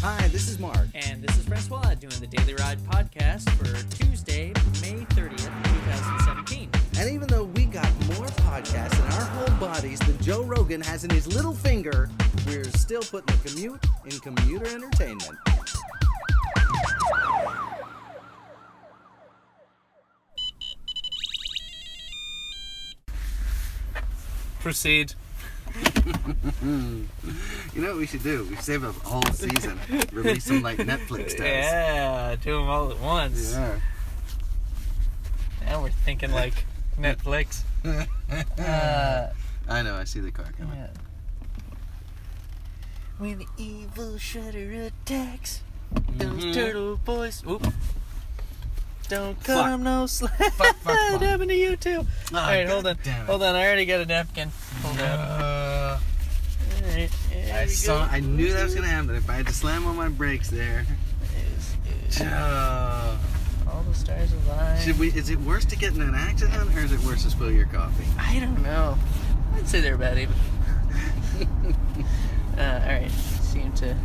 Hi, this is Mark. And this is Francois doing the Daily Rod podcast for Tuesday, May 30th, 2017. And even though we got more podcasts in our whole bodies than Joe Rogan has in his little finger, we're still putting the commute in commuter entertainment. Proceed. You know what we should do? We should save a whole season, release them like Netflix does. Yeah, do them all at once. Yeah. And we're thinking like Netflix. Uh, I know, I see the car coming. yeah. When the evil shredder attacks, Mhm. those turtle boys. Oop. Don't cut Fuck. 'em no slack. fuck, fuck. It happened to you too. Ah, all right, hold on. goddammit. Hold on. I already got a napkin. Hold on. Uh, All right. there I we saw. go. I knew that was gonna happen. If I had to slam on my brakes there, Joe. All the stars align. Should we? Is it worse to get in an accident, or is it worse to spill your coffee? I don't know. I'd say they're about even. uh, all right, seem to.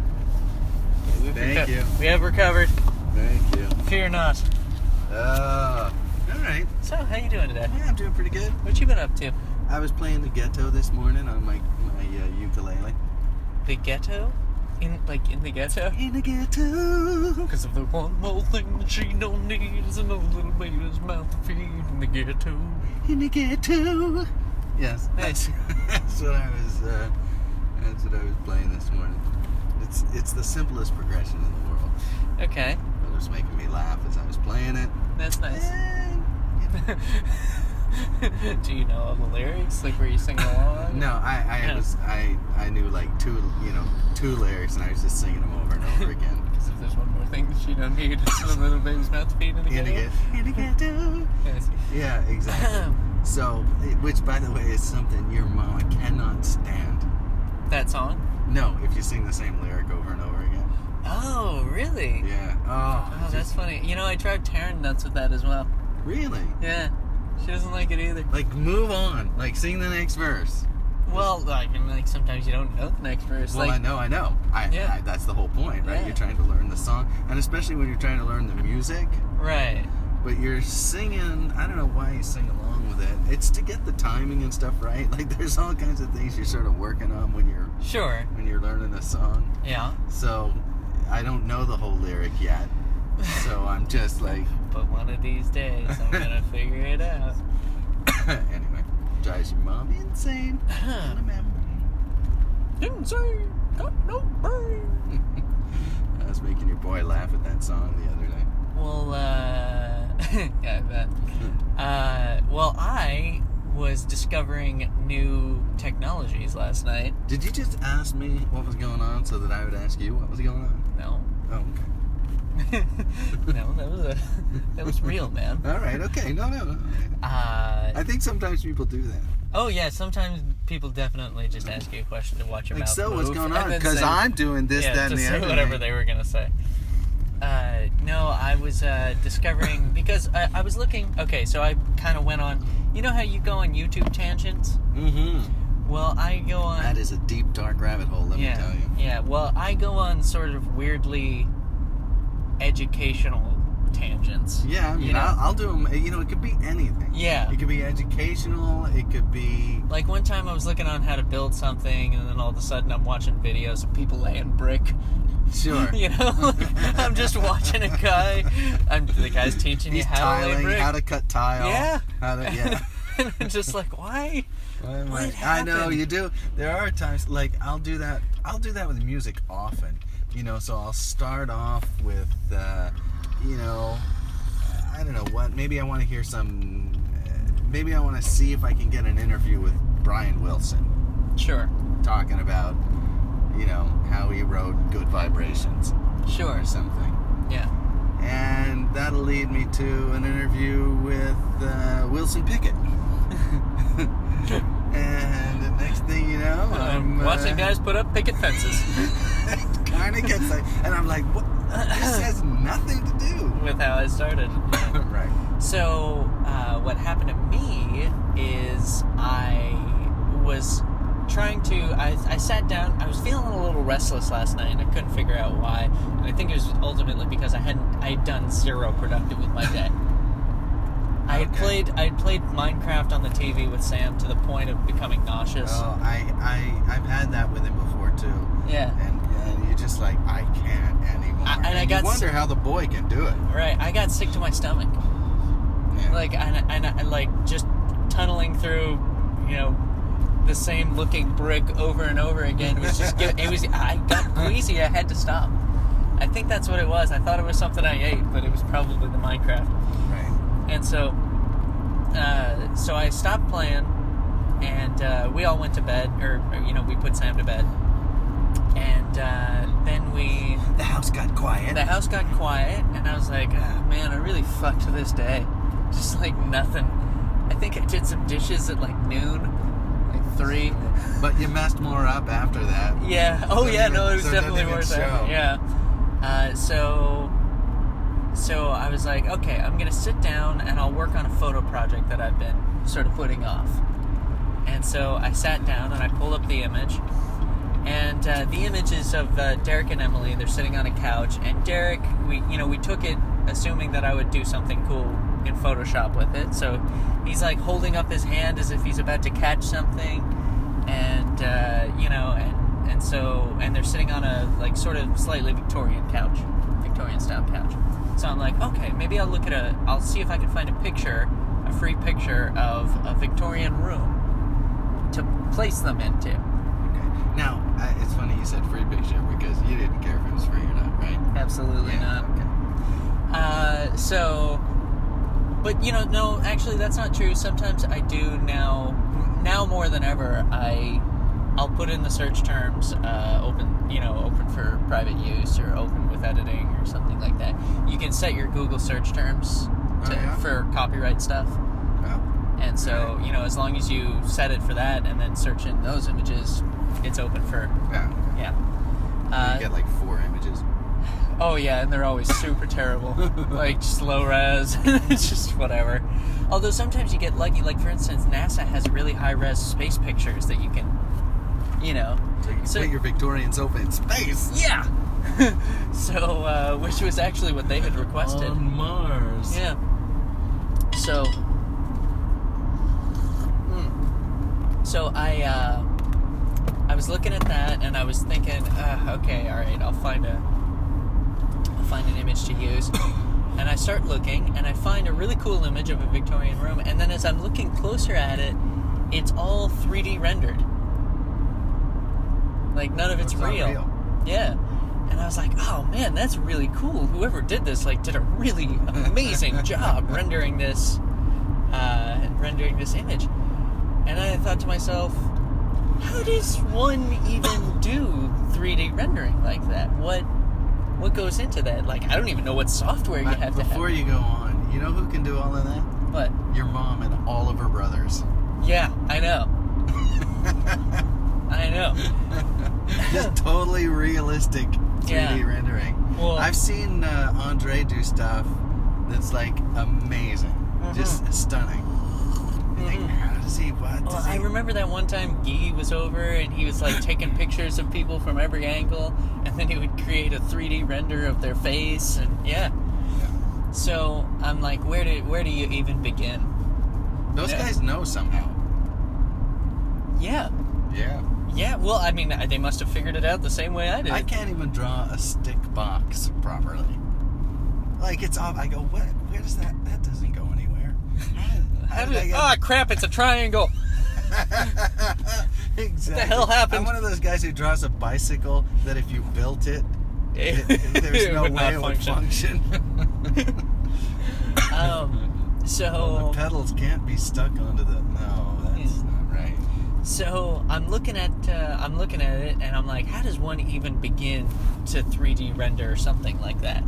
We've Thank reco- you. We have recovered. Thank you. Fear not. Uh, all right. So, how you doing today? Yeah, I'm doing pretty good. What you been up to? I was playing the ghetto this morning on my my uh, ukulele. The ghetto? In like in the ghetto? In the ghetto. Because if the one more thing that she don't need is another little baby's mouth to feed in the ghetto. In the ghetto. Yes. Nice. That's what I was. Uh, that's what I was playing this morning. It's it's the simplest progression in the world. Okay, It was making me laugh as I was playing it. that's nice. And- Do you know all the lyrics? Like, were you singing along? No, I, I Yeah. was I, I knew like two you know two lyrics and I was just singing them over and over again. Because if there's one more thing that she don't need, it's another little baby's mouth to feed in the In the ghetto. ghetto. In the ghetto. Yes. Yeah, exactly. So, it- which by the way is something your mama cannot stand. that song? No, if you sing the same lyric over and over again. Oh, really? Yeah. Oh, Oh, it's that's just- funny. You know, I tried Taryn nuts with that as well. really. Yeah. She doesn't like it either. Like move on. Like sing the next verse. Well, like, I mean, like sometimes you don't know the next verse. Well, I like, know, I know. I, Yeah. I that's the whole point, right? Yeah. You're trying to learn the song, and especially when you're trying to learn the music. right. But you're singing. I don't know why you sing along with it. It's to get the timing and stuff right. Like there's all kinds of things you're sort of working on when you're Sure. when you're learning a song. Yeah. So I don't know the whole lyric yet. So I'm just like But one of these days, I'm gonna figure it out. anyway. Drives your mom insane. Not a mem. Didn't say, got no brain. I was making your boy laugh at that song the other day. Well, uh, yeah, I bet. Uh, well, I was discovering new technologies last night. Did you just ask me what was going on so that I would ask you what was going on? No, Oh, okay. no, that was a that was real, man. All right, okay. No, no, no. Uh, I think sometimes people do that. oh yeah, sometimes people definitely just ask you a question to watch your Like, mouth so what's move going and on? then Because say- I'm doing this, yeah, that, and just the say other. whatever they were gonna say. Uh, no, I was uh, discovering because I, I was looking. Okay, so I kind of went on. You know how you go on YouTube tangents? Mm-hmm. Well, I go on. That is a deep, dark rabbit hole. Let yeah, me tell you. Yeah, well, I go on sort of weirdly educational tangents. Yeah, I mean, You know? I'll, I'll do them. You know, it could be anything. Yeah. It could be educational. It could be. Like one time I was looking on how to build something, and then all of a sudden I'm watching videos of people laying brick. Sure. You know, Like, I'm just watching a guy. I'm the guy's teaching He's you how to lay tiling, brick. how to cut tile. Yeah. How to, yeah. and I'm just like, why? Why am What I, I know happened? you do. There are times like I'll do that. I'll do that with music often. You know, so I'll start off with, uh, you know, uh, I don't know what. Maybe I want to hear some. Uh, maybe I want to see if I can get an interview with Brian Wilson Sure, talking about, you know, how he wrote "Good Vibrations" sure, or something. yeah. And that'll lead me to an interview with uh, Wilson Pickett. and the next thing you know, I'm, I'm watching uh, guys put up picket fences it kind of gets like, and I'm like, what? This has nothing to do. with how I started. right. So, uh, what happened to me is I was trying to. I, I sat down. I was feeling a little restless last night, and I couldn't figure out why. And I think it was ultimately because I hadn't. I had done zero productive with my day. I had Okay. played. I had played Minecraft on the TV with Sam to the point of becoming nauseous. Oh, I, I, I've had that with him before too, yeah. and, and you're just like, I can't anymore. I- and I you got wonder s- how the boy can do it. Right. I got sick to my stomach. Yeah. Like and I- and I, like just tunneling through, you know, the same looking brick over and over again was just giv it was I got queasy. I had to stop. I think that's what it was. I thought it was something I ate, but it was probably the Minecraft. right. And so, uh, so I stopped playing, and uh, we all went to bed, or, or, you know, we put Sam to bed, and uh, then we The house got quiet. the house got quiet, and I was like, ah, man, I really fucked this day, just like nothing. I think I did some dishes at like noon, like three. But you messed more up after that. Yeah. Oh So yeah. did No, it- it was so did definitely it worth it. show? Yeah. Uh, so, so I was like, okay, I'm gonna sit down and I'll work on a photo project that I've been sort of putting off. And so I sat down and I pulled up the image, and uh, the image is of uh, Derek and Emily. They're sitting on a couch, and Derek, we you know we took it assuming that I would do something cool in Photoshop with it. So he's like holding up his hand as if he's about to catch something, and uh, you know, and and so and they're sitting on a like sort of slightly Victorian couch, Victorian style couch. So I'm like, okay, maybe I'll look at a, I'll see if I can find a picture, a free picture of a Victorian room to place them into. Okay. Now, I, it's funny you said free picture because you didn't care if it was free or not, right? Absolutely Yeah, not. Uh, so, but you know, no, actually, that's not true. Sometimes I do now, now more than ever. I, I'll put in the search terms, uh, open, you know, open for private use or open with editing or something like that. You can set your Google search terms to, Oh, yeah? for copyright stuff. Oh, And so, you know, as long as you set it for that and then search in those images, it's open for, yeah. yeah. Uh, you get like four images. Oh yeah, and they're always super terrible. like just low res, it's just whatever. Although sometimes you get lucky. Like for instance, NASA has really high res space pictures that you can, you know. So you can So- put your Victorian sofa in space. Yeah. so, uh, which was actually what they had requested. On Mars. Yeah. So. Mm. So I uh, I was looking at that and I was thinking, uh, okay, all right, I'll find a I'll find an image to use. And I start looking and I find a really cool image of a Victorian room and then as I'm looking closer at it, it's all 3D rendered. Like none of it's, not real. yeah. And I was like, oh man, that's really cool. Whoever did this, like, did a really amazing job rendering this, uh, rendering this image. And I thought to myself, how does one even do 3D rendering like that? What, what goes into that? Like, I don't even know what software you But have to before have. you go on, you know who can do all of that? But Your mom and all of her brothers. yeah, I know. I know. Just totally realistic 3D Yeah. rendering. Well, I've seen uh, Andre do stuff that's like amazing, Mm-hmm. just stunning. You think, Mhm. how does he? What? Well, does I he-" remember that one time Guy was over and he was like taking pictures of people from every angle, and then he would create a 3D render of their face, and yeah. So I'm like, where do where do you even begin? Those Yeah. guys know somehow. Yeah, Yeah. yeah. Well, I mean, they must have figured it out the same way I did. I can't even draw a stick box properly. Like it's off. I go, what? Where does that? That doesn't go anywhere. How did- How how did- did I get- oh crap! It's a triangle. exactly. hell happened? I'm one of those guys who draws a bicycle that if you built it, it, it- there's It no would way not it would function. Um, so the pedals can't be stuck onto the. No, that's Yeah. not right. So I'm looking at uh, I'm looking at it, and I'm like, how does one even begin to 3D render something like that?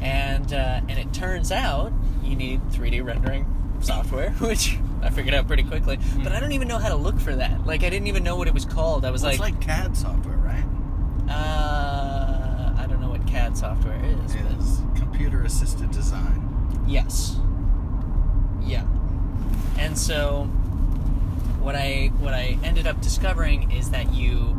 And uh, and it turns out you need 3D rendering software, which I figured out pretty quickly. But I don't even know how to look for that. Like I didn't even know what it was called. I was Hmm. it's like CAD software, right? uh, I don't know what CAD software is. It but- is computer assisted design. Yes. Yeah. And so, what I what I ended up discovering is that you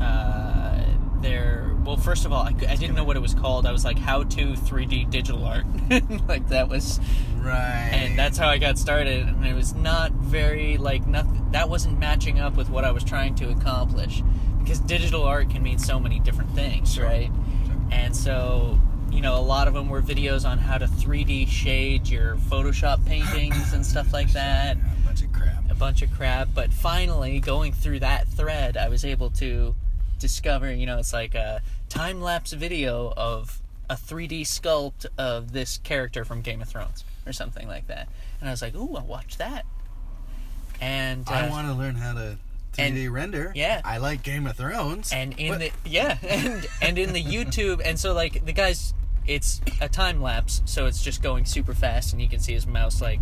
uh, there. Well, first of all, I, cou- I didn't know what it was called. I was like, "How to 3D digital art," like that was, Right. and that's how I got started. And it was not very like nothing. That wasn't matching up with what I was trying to accomplish, because digital art can mean so many different things, Sure. right? Sure. And so, you know, a lot of them were videos on how to 3D shade your Photoshop paintings and stuff like that Yeah, a bunch of crap. a bunch of crap. But finally, going through that thread, I was able to discover, you know, it's like a time lapse video of a 3D sculpt of this character from Game of Thrones or something like that. And I was like, ooh, I'll watch that. And uh, I want to learn how to 3D render. yeah. I like Game of Thrones. and in What- Oh, the yeah, and and in the YouTube, and so like the guys, it's a time lapse, so it's just going super fast, and you can see his mouse like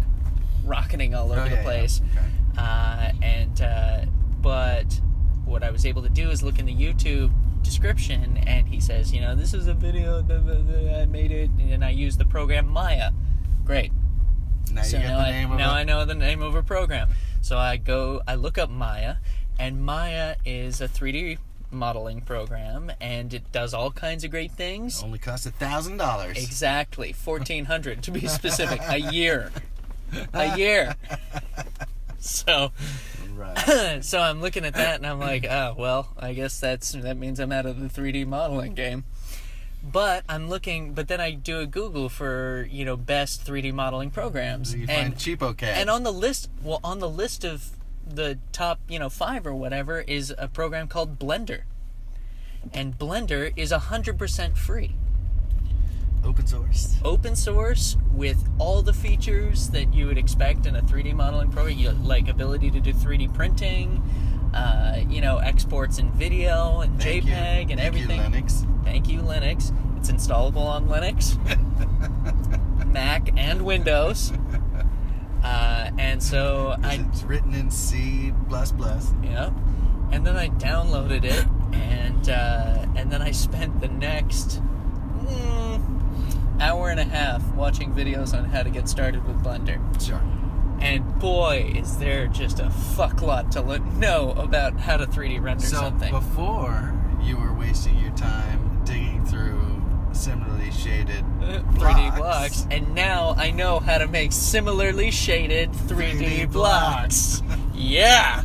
rocketing all over Oh, the yeah, yeah. place. Okay. uh, and uh, but what I was able to do is look in the YouTube description, and he says, you know, this is a video blah, blah, blah, I made it, and I used the program Maya. Great. Now so you get now, the I, name of now it. I know the name of a program. So I go, I look up Maya, and Maya is a 3D modeling program, and it does all kinds of great things. Only cost a thousand dollars. Exactly, fourteen hundred to be specific, a year, a year. So, Right. so I'm looking at that and I'm like, oh well, I guess that's that means I'm out of the 3D modeling game. But I'm looking, but then I do a Google for you know best 3D modeling programs, You find and cheapo cat. and on the list, well, on the list of the top you know five or whatever is a program called Blender, and Blender is hundred percent free, open source. open source with all the features that you would expect in a 3D modeling program, you, like ability to do 3D printing, uh, you know, exports in video and Thank you. JPEG and Thank you, everything. Linux. Thank you, Linux. It's installable on Linux, Mac, and Windows. Uh, and so I, it's written in C plus plus. yeah, and then I downloaded it, and uh, and then I spent the next mm, hour and a half watching videos on how to get started with Blender. Sure. And boy, is there just a fucklot to le- know about how to 3D render So something. before you were wasting your time digging through similarly shaded Uh, 3D blocks. blocks, and now I know how to make similarly shaded 3D, 3D blocks. yeah,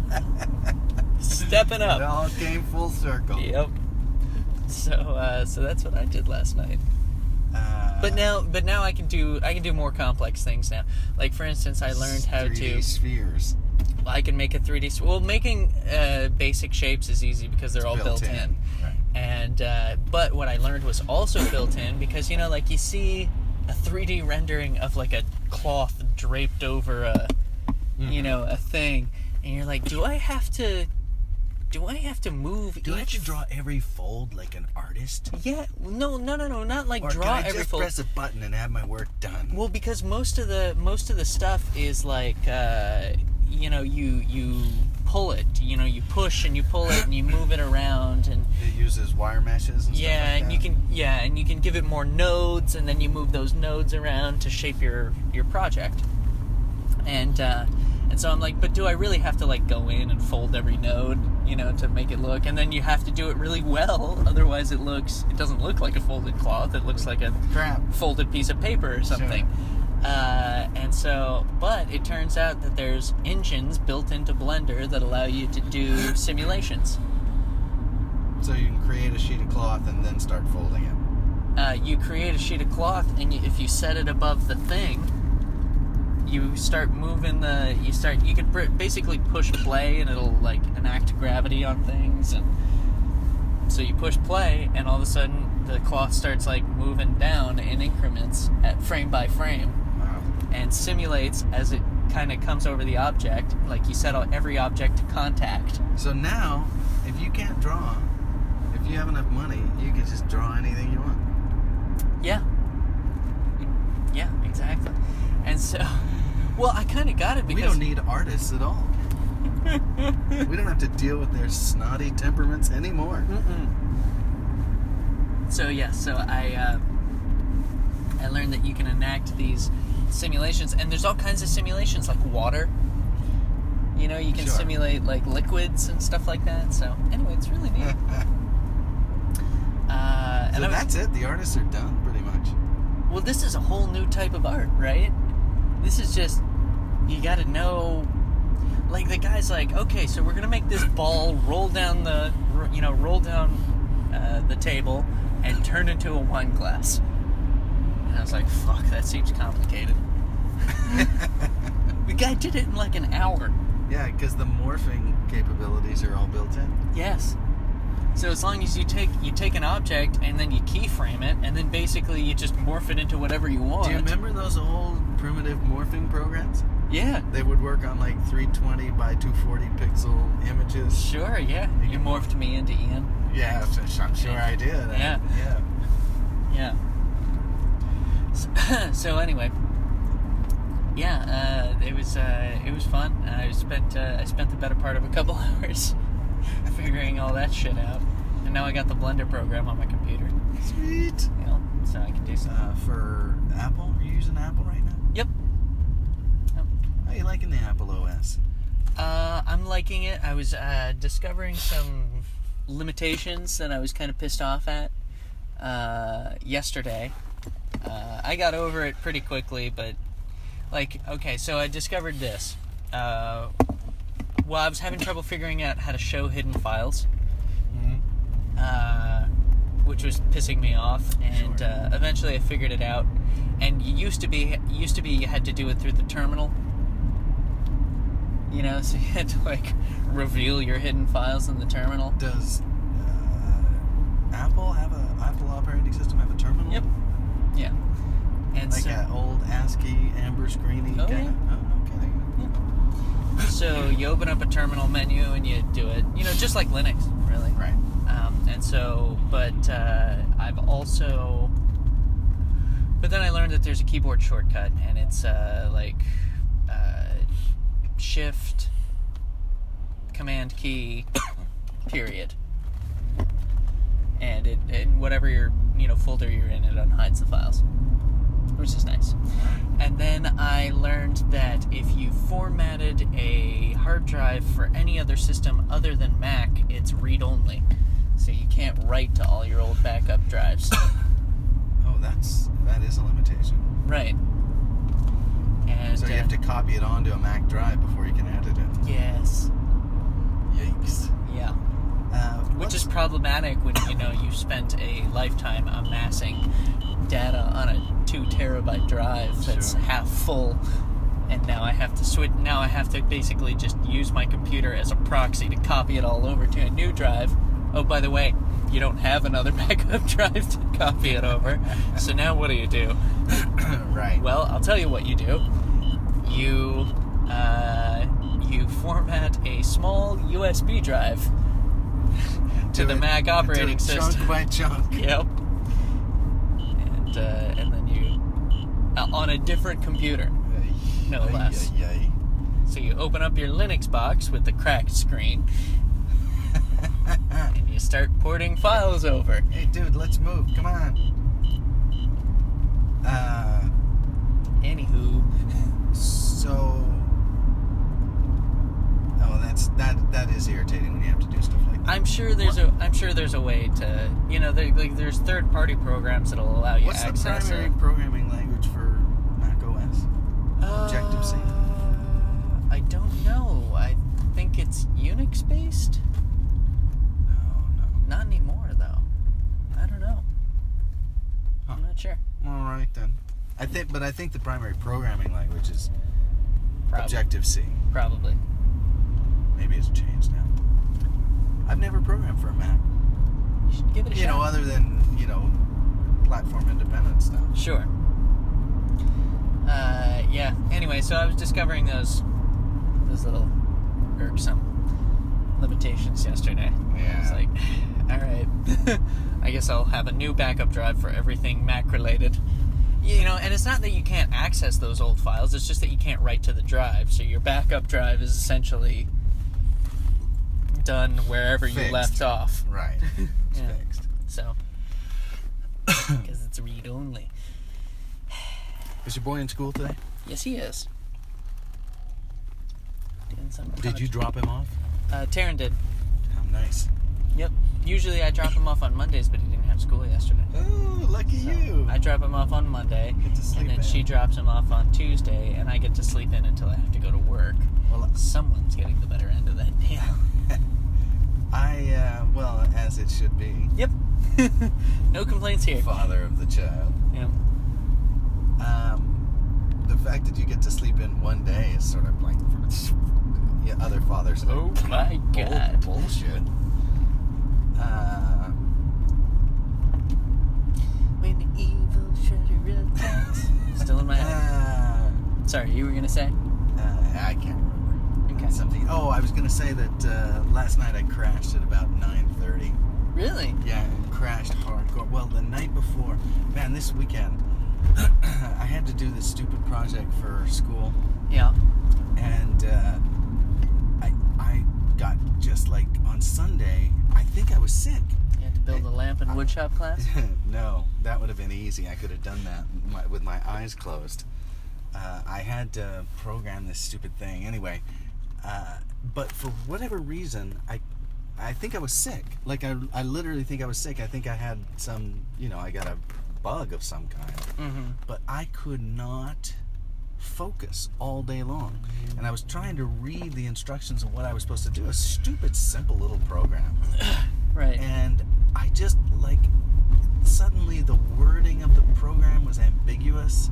It stepping up. all came full circle. Yep. So, uh, so that's what I did last night. Uh, But now, but now I can do I can do more complex things now. Like for instance, I learned how 3D to spheres. I can make a 3D. s- Well, making uh, basic shapes is easy because they're all built, in. Right. And uh, but what I learned was also built in because you know, like you see a 3D rendering of like a cloth draped over a you Mm-hmm. know a thing, and you're like, do I have to? Do I have to move? Do I have each to draw every fold like an artist? Yeah. No. No. No. No. Not like Or draw can I every just fold. press a button and have my work done? Well, because most of the most of the stuff is like uh, you know you you pull it, you know you push and you pull it and you move it around and It uses wire meshes and yeah, stuff like and you can yeah, and you can give it more nodes and then you move those nodes around to shape your your project. And uh, and so I'm like, but do I really have to like go in and fold every node, you know, to make it look? And then you have to do it really well, otherwise it looks it doesn't look like a folded cloth. It looks like a that. Crap. folded piece of paper or something. Uh, and so, but it turns out that there's engines built into Blender that allow you to do simulations. So you can create a sheet of cloth and then start folding it. Uh, you create a sheet of cloth, and you, if you set it above the thing, you start moving the. You start. You could br- basically push play, and it'll like enact gravity on things, and so you push play, and all of a sudden the cloth starts like moving down in increments at frame by frame. Wow. and simulates as it kind of comes over the object. Like you set all- every object to contact. So now, if you can't draw, if you have enough money, you can just draw anything you want. Yeah. Yeah, exactly. And so, well, I kind of got it we because don't need artists at all. we don't have to deal with their snotty temperaments anymore. Mm-mm. So yeah, so I uh, I learned that you can enact these simulations, and there's all kinds of simulations like water. You You know, you can Sure. simulate like liquids and stuff like that. So anyway, it's really neat. uh, so and I was, that's it. The artists are done pretty much. well, this is a whole new type of art, right? This is just you got to know. Like the guy's like, okay, so we're gonna make this ball roll down the, r- you know, roll down uh, the table and turn into a wine glass. And I was like, fuck, that seems complicated. the guy did it in like an hour. Yeah, because the morphing capabilities are all built in. Yes. So as long as you take you take an object and then you keyframe it and then basically you just morph it into whatever you want. Do you remember those old primitive morphing programs? Yeah. They would work on like 320 by 240 pixel images. Sure. Yeah. You morphed me into Ian. Yeah, I'm sure I did. I- Yeah. yeah. Yeah. So, so anyway. Yeah. Uh, it was uh, it was fun. I spent uh, I spent the better part of a couple hours figuring all that shit out, and now I got the Blender program on my computer, Sweet. you know, so I can do some. Uh, for Apple, are you using Apple right now? Yep. How you liking the Apple OS? Uh, I'm liking it. I was uh, discovering some limitations that I was kind of pissed off at uh, yesterday. Uh, I got over it pretty quickly, but like, okay, so I discovered this. Uh, well, I was having trouble figuring out how to show hidden files, Mm-hmm. uh, which was pissing me off, and Sure. uh, eventually I figured it out. And you used to be used to be you had to do it through the terminal. You know, so you had to like reveal your hidden files in the terminal. Does uh, Apple have a Apple operating system have a terminal? Yep. Yeah. And Like so, an old ASCII amber screeny Oh, kind of. yeah. Oh, no kidding. so you open up a terminal menu and you do it. You know, just like Linux, really. Right. Um, and so, but uh, I've also, but then I learned that there's a keyboard shortcut, and it's uh, like uh, Shift, Command key, period, and it and whatever your you know folder you're in, it unhides the files, which is nice. And then I learned that if you formatted a hard drive for any other system other than Mac, it's read only. So you can't write to all your old backup drives. Oh, that's that is a limitation. right. And So you uh, have to copy it onto a Mac drive before you can edit it. Yes. Yikes. Yeah. Uh, Which what's- is problematic when you know you've spent a lifetime amassing data on a two terabyte drive that's Sure. half full, and now I have to switch. Now I have to basically just use my computer as a proxy to copy it all over to a new drive. Oh, by the way, you don't have another backup drive to copy it over. so now what do you do? right. Well, I'll tell you what you do. You uh, you format a small USB drive to Do the it- Mac do it operating Chunk system. by chunk. Yep. And uh, and then you uh, on a different computer. No Ay, less. ay, ay. So you open up your Linux box with the cracked screen, and you start porting files over. Hey, dude, let's move. Come on. Uh, Anywho, so. Oh, that's that. That is irritating when you have to do stuff like that. I'm sure there's a I'm sure there's a way to you know there, like there's third party programs that'll allow you What's the access. primary it. programming language for Mac OS? Objective-C? Uh, I don't know. I think it's Unix based. No, Oh, no. Not anymore though. I don't know. Huh. I'm not sure. All right then. I think, but I think the primary programming language is Probably. Objective C. Probably. Maybe it's changed now. I've never programmed for a Mac. You should give it a You shot. know, other than you know, platform independent stuff. Sure. Uh, yeah. Anyway, so I was discovering those those little irksome limitations yesterday. I was Yeah. like, all right, I guess I'll have a new backup drive for everything Mac related. You know, and it's not that you can't access those old files; it's just that you can't write to the drive. So your backup drive is essentially done wherever you Fixed. left off. Right. It's Yeah. fixed. So, because it's read only. Is your boy in school today? Yes, he is. doing some. Did you project. drop him off? Uh, Taryn did. How nice. Yep. Usually I drop him off on Mondays, but he didn't have school yesterday. Oh, lucky So you. I drop him off on Monday, Get to sleep and then in. she drops him off on Tuesday, and I get to sleep in until I have to go to work. well, Someone's getting the better end of that deal. I uh, well, as it should be. Yep. no complaints here. Father of the child. Yeah. Um, the fact that you get to sleep in one day is sort of like yeah, other fathers. Oh my bull- god. bullshit. Uh, When the evil shudder attacks. Still in my head. uh, Sorry, you were gonna say? uh, I can't remember Okay. something. Oh, I was gonna say that uh, last night I crashed at about nine thirty. Really? Yeah, and crashed hardcore. Well, the night before, man, this weekend, I had to do this stupid project for school, Yeah. and uh, I I got just like on Sunday. I think I was sick. You had to build a lamp in woodshop class? no, that would have been easy. I could have done that my, with my eyes closed. Uh, I had to program this stupid thing anyway. Uh, but for whatever reason, I I think I was sick. Like I, I literally think I was sick. I think I had some, you know, I got a bug of some kind. Mm-hmm. But I could not focus all day long. And I was trying to read the instructions of what I was supposed to do. A stupid, simple little program Right. and I just like suddenly the wording of the program was ambiguous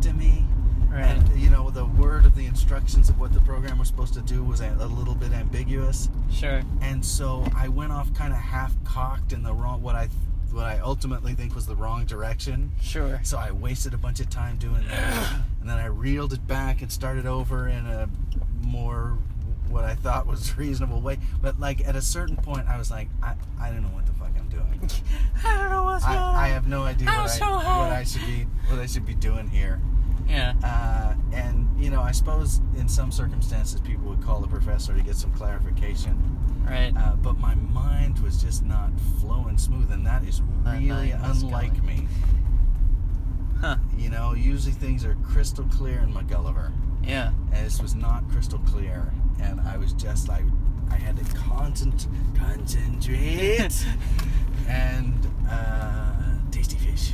to me. Right. And you know, the word of the instructions of what the program was supposed to do was a, a little bit ambiguous, Sure. and so I went off kind of half cocked in the wrong what I what I ultimately think was the wrong direction. Sure. So I wasted a bunch of time doing that, and then I reeled it back and started over in a more what I thought was reasonable way. But like at a certain point, I was like, I, I don't know what the fuck I'm doing. I don't know what's I, I have no idea I'm what, so I, what high. I should be what I should be doing here. Yeah. Uh, and you know, I suppose in some circumstances people would call the professor to get some clarification. Right. Uh, but my mind was just not flowing smooth, and that is My really mind was unlike going. me. Huh. You know, usually things are crystal clear in MacGyver, Yeah. and this was not crystal clear, and I was just like, I had to concent- concentrate, and uh, tasty fish,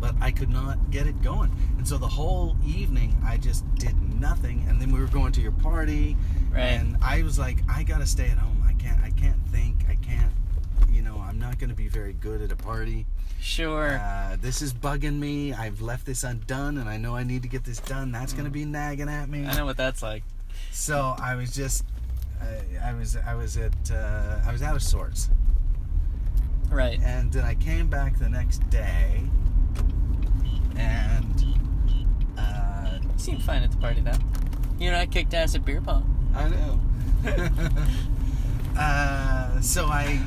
but I could not get it going, and so the whole evening I just did nothing, and then we were going to your party, Right. and I was like, I gotta stay at home. I can't. I can't think. I can't. You know, I'm not gonna be very good at a party. Sure. Uh, this is bugging me. I've left this undone, and I know I need to get this done. That's gonna be nagging at me. I know what that's like. So I was just, I, I was, I was at, uh, I was out of sorts, Right. and then I came back the next day, and uh, You seemed fine at the party though. You and I kicked ass at beer pong. I know. uh, so I,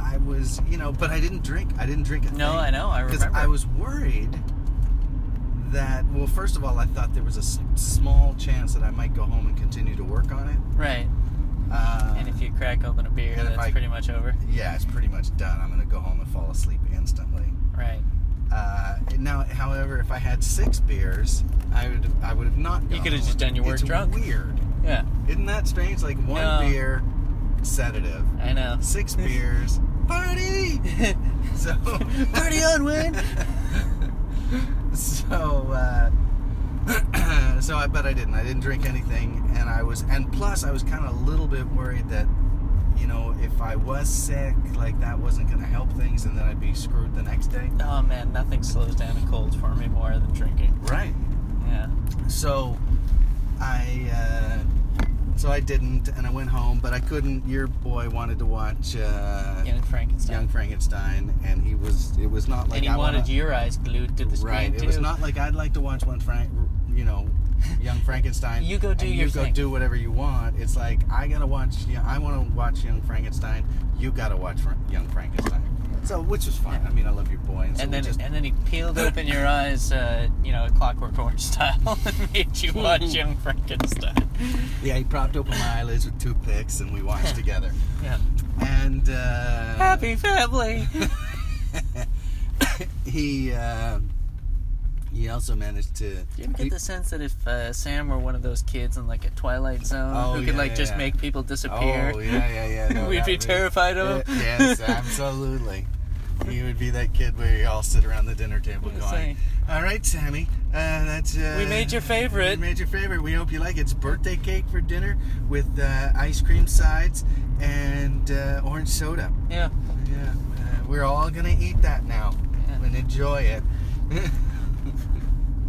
I was, you know, but I didn't drink. I didn't drink. A No, thing. I know. I Because remember. I was worried that, well, first of all, I thought there was a s- small chance that I might go home and continue to work on it. right. Uh, And if you crack open a beer, and if that's I- pretty much over. yeah, it's pretty much done. I'm going to go home and fall asleep instantly. Right. Uh, now, however, if I had six beers, I would I would have not. You gone could've home. just done your work it's drunk. Weird, Yeah. isn't that strange? Like one No. beer, sedative. I know. Six beers, party. So Party on, Wayne. so uh, so I but I didn't. I didn't drink anything, and I was and plus I was kind of a little bit worried that you know if I was sick, like that wasn't going to help things, and then I'd be screwed the next day. oh man, nothing slows down a cold for me more than drinking. Right. Yeah. So I uh, so I didn't, and I went home, but I couldn't. Your boy wanted to watch. Uh, Young Frankenstein. Young Frankenstein, and he was. It was not like and he I wanted wanna- your eyes glued to the screen Right. too. It was not like I'd like to watch one Frank, you know, Young Frankenstein. You go do and your You go thing. do whatever you want. It's like I gotta watch. Yeah, I want to watch Young Frankenstein. You gotta watch Fra- Young Frankenstein. So, which was fine. I mean, I love your boy, and, so and we then, just, and then he peeled open your eyes, uh, you know, Clockwork Orange style, and made you watch Young Frankenstein. yeah, he propped open my eyelids with two picks, and we watched together. Yeah. And uh, Happy family. he uh, He also managed to. Do you ever he- get the sense that if uh, Sam were one of those kids in like a Twilight Zone Oh, who could yeah, like yeah, just yeah. make people disappear, Oh yeah, yeah, yeah. no, we'd that be would- terrified of him? Yeah, yes, absolutely. He would be that kid where you all sit around the dinner table It's going, like- "All right, Sammy, uh, that's uh, We made your favorite." We made your favorite. We hope you like it. It's birthday cake for dinner with uh, ice cream sides and uh, orange soda. yeah. Yeah, uh, we're all gonna eat that now Yeah. and enjoy it.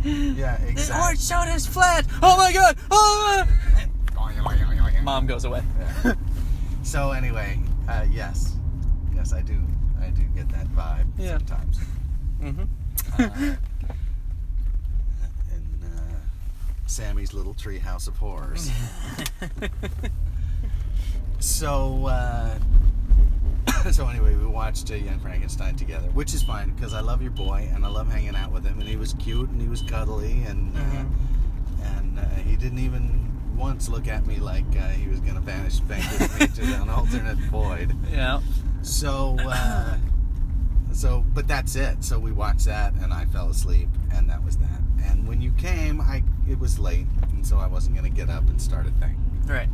yeah, This exactly. orange soda's flat. Oh my god! Oh! Mom goes away. Yeah. so anyway, uh, yes, yes, I do, I do get that vibe Yeah. sometimes. Mm-hmm. Uh, in uh, Sammy's little tree house of horrors. so, uh, so anyway, we watched uh, Young Frankenstein together, which is fine because I love your boy and I love hanging out with him, and he was cute and he was cuddly and Mhm. uh, and uh, he didn't even once look at me like uh, he was gonna vanish back with me to an alternate void. yeah. So, uh, so, but that's it. So we watched that, and I fell asleep, and that was that. And when you came, I it was late, and so I wasn't gonna get up and start a thing. Right.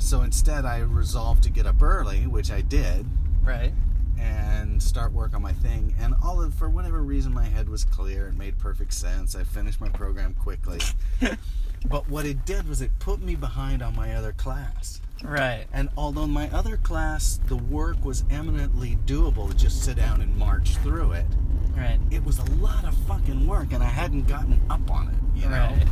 so instead, I resolved to get up early, which I did, Right. and start work on my thing. And all of, for whatever reason, my head was clear. It made perfect sense. I finished my program quickly. but what it did was it put me behind on my other class. Right. And although in my other class, the work was eminently doable, just sit down and march through it, Right. it was a lot of fucking work and I hadn't gotten up on it, you know? Right.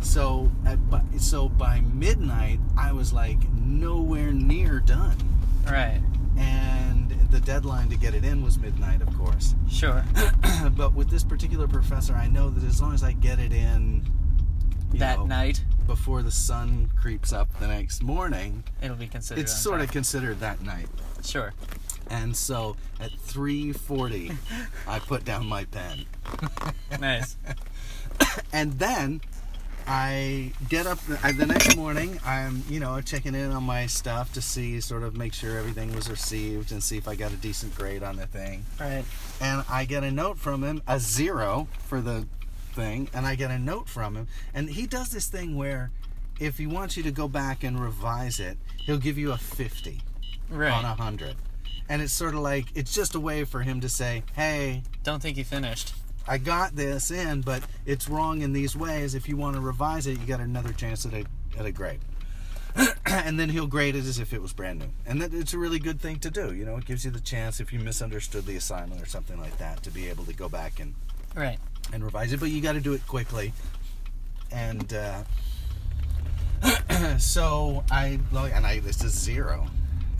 So, at, bu- so by midnight, I was like nowhere near done. Right. And the deadline to get it in was midnight, of course. Sure. but with this particular professor, I know that as long as I get it in you that know, night, before the sun creeps up the next morning, it'll be considered. it's on sort of top. considered that night. Sure. And so at 3:40, I put down my pen. Nice. And then I get up I, the next morning. I'm, you know, checking in on my stuff to see, sort of make sure everything was received and see if I got a decent grade on the thing. right. And I get a note from him, a zero for the thing, and I get a note from him. And he does this thing where if he wants you to go back and revise it, he'll give you a 50 Right. on a 100. And it's sort of like, it's just a way for him to say, hey, Don't think you finished. I got this in, but it's wrong in these ways. If you want to revise it, you got another chance at a, at a grade. and then he'll grade it as if it was brand new. And that, it's a really good thing to do. You know, it gives you the chance, if you misunderstood the assignment or something like that, to be able to go back and, Right. and revise it. But you got to do it quickly. And uh, so I, like, and I, this is zero.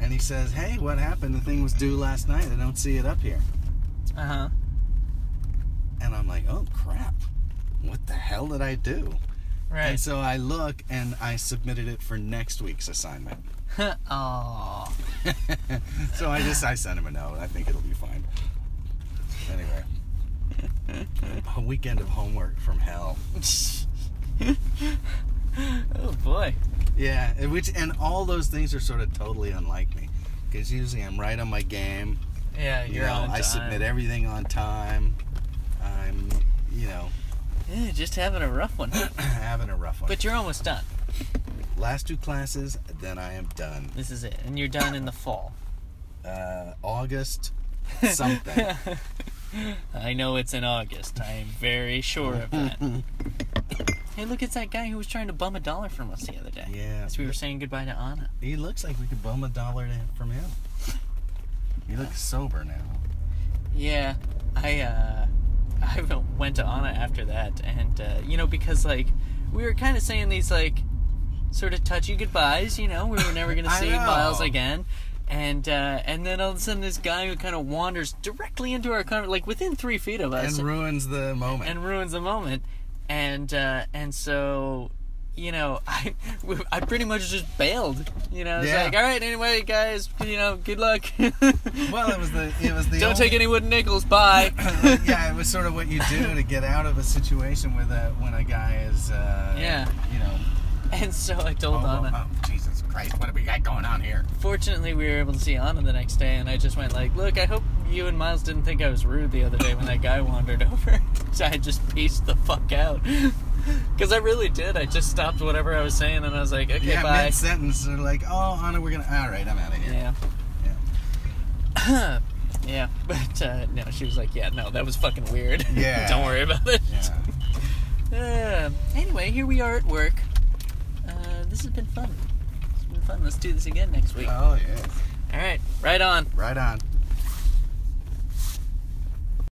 And he says, hey, what happened? The thing was due last night. I don't see it up here. Uh Uh-huh. huh. And I'm like, oh crap, what the hell did I do? And Right. so I look and I submitted it for next week's assignment. oh. so I just I sent him a note. I think it'll be fine. Anyway. A weekend of homework from hell. oh boy. Yeah, and which and all those things are sort of totally unlike me, because usually I'm right on my game. Yeah, You you're know, on time. I submit everything on time. I'm, you know, Yeah, just having a rough one. having a rough one. But you're almost done. Last two classes, then I am done. This is it, and you're done in the fall. uh, August something. I know it's in August. I am very sure of that. hey, look, it's that guy who was trying to bum a dollar from us the other day. Yeah. As we were saying goodbye to Anna. he looks like we could bum a dollar to- from him. He looks sober now. Yeah, I uh, I went to Anna after that, and uh, you know because like we were kind of saying these like sort of touchy goodbyes. You know, we were never gonna I see know. Miles again. And uh, and then all of a sudden, this guy who kind of wanders directly into our conver like within three feet of us, And ruins the moment. and ruins the moment. And uh, and so, you know, I I pretty much just bailed. You know, it's Yeah. like all right, anyway, guys, you know, good luck. well, it was the it was the Don't take any wooden nickels. Bye. it. yeah, it was sort of what you do to get out of a situation with a when a guy is uh, Yeah. you know. and so I told Oh, Anna. oh, oh, Jesus Christ! What have we got going on here? Fortunately, we were able to see Anna the next day, and I just went like, "Look, I hope you and Miles didn't think I was rude the other day when that guy wandered over. so I just pieced the fuck out. Because I really did. I just stopped whatever I was saying and I was like, okay, yeah, bye. mid sentence, they're like, "Oh, Anna, we're gonna." All right, I'm out of here. Yeah. Yeah. Yeah. But uh, no, she was like, yeah, no, that was fucking weird. Yeah. Don't worry about it. yeah. Uh, anyway, here we are at work. Uh, this has been fun. It's been fun. Let's do this again next week. Oh yeah. All right, right on. Right on.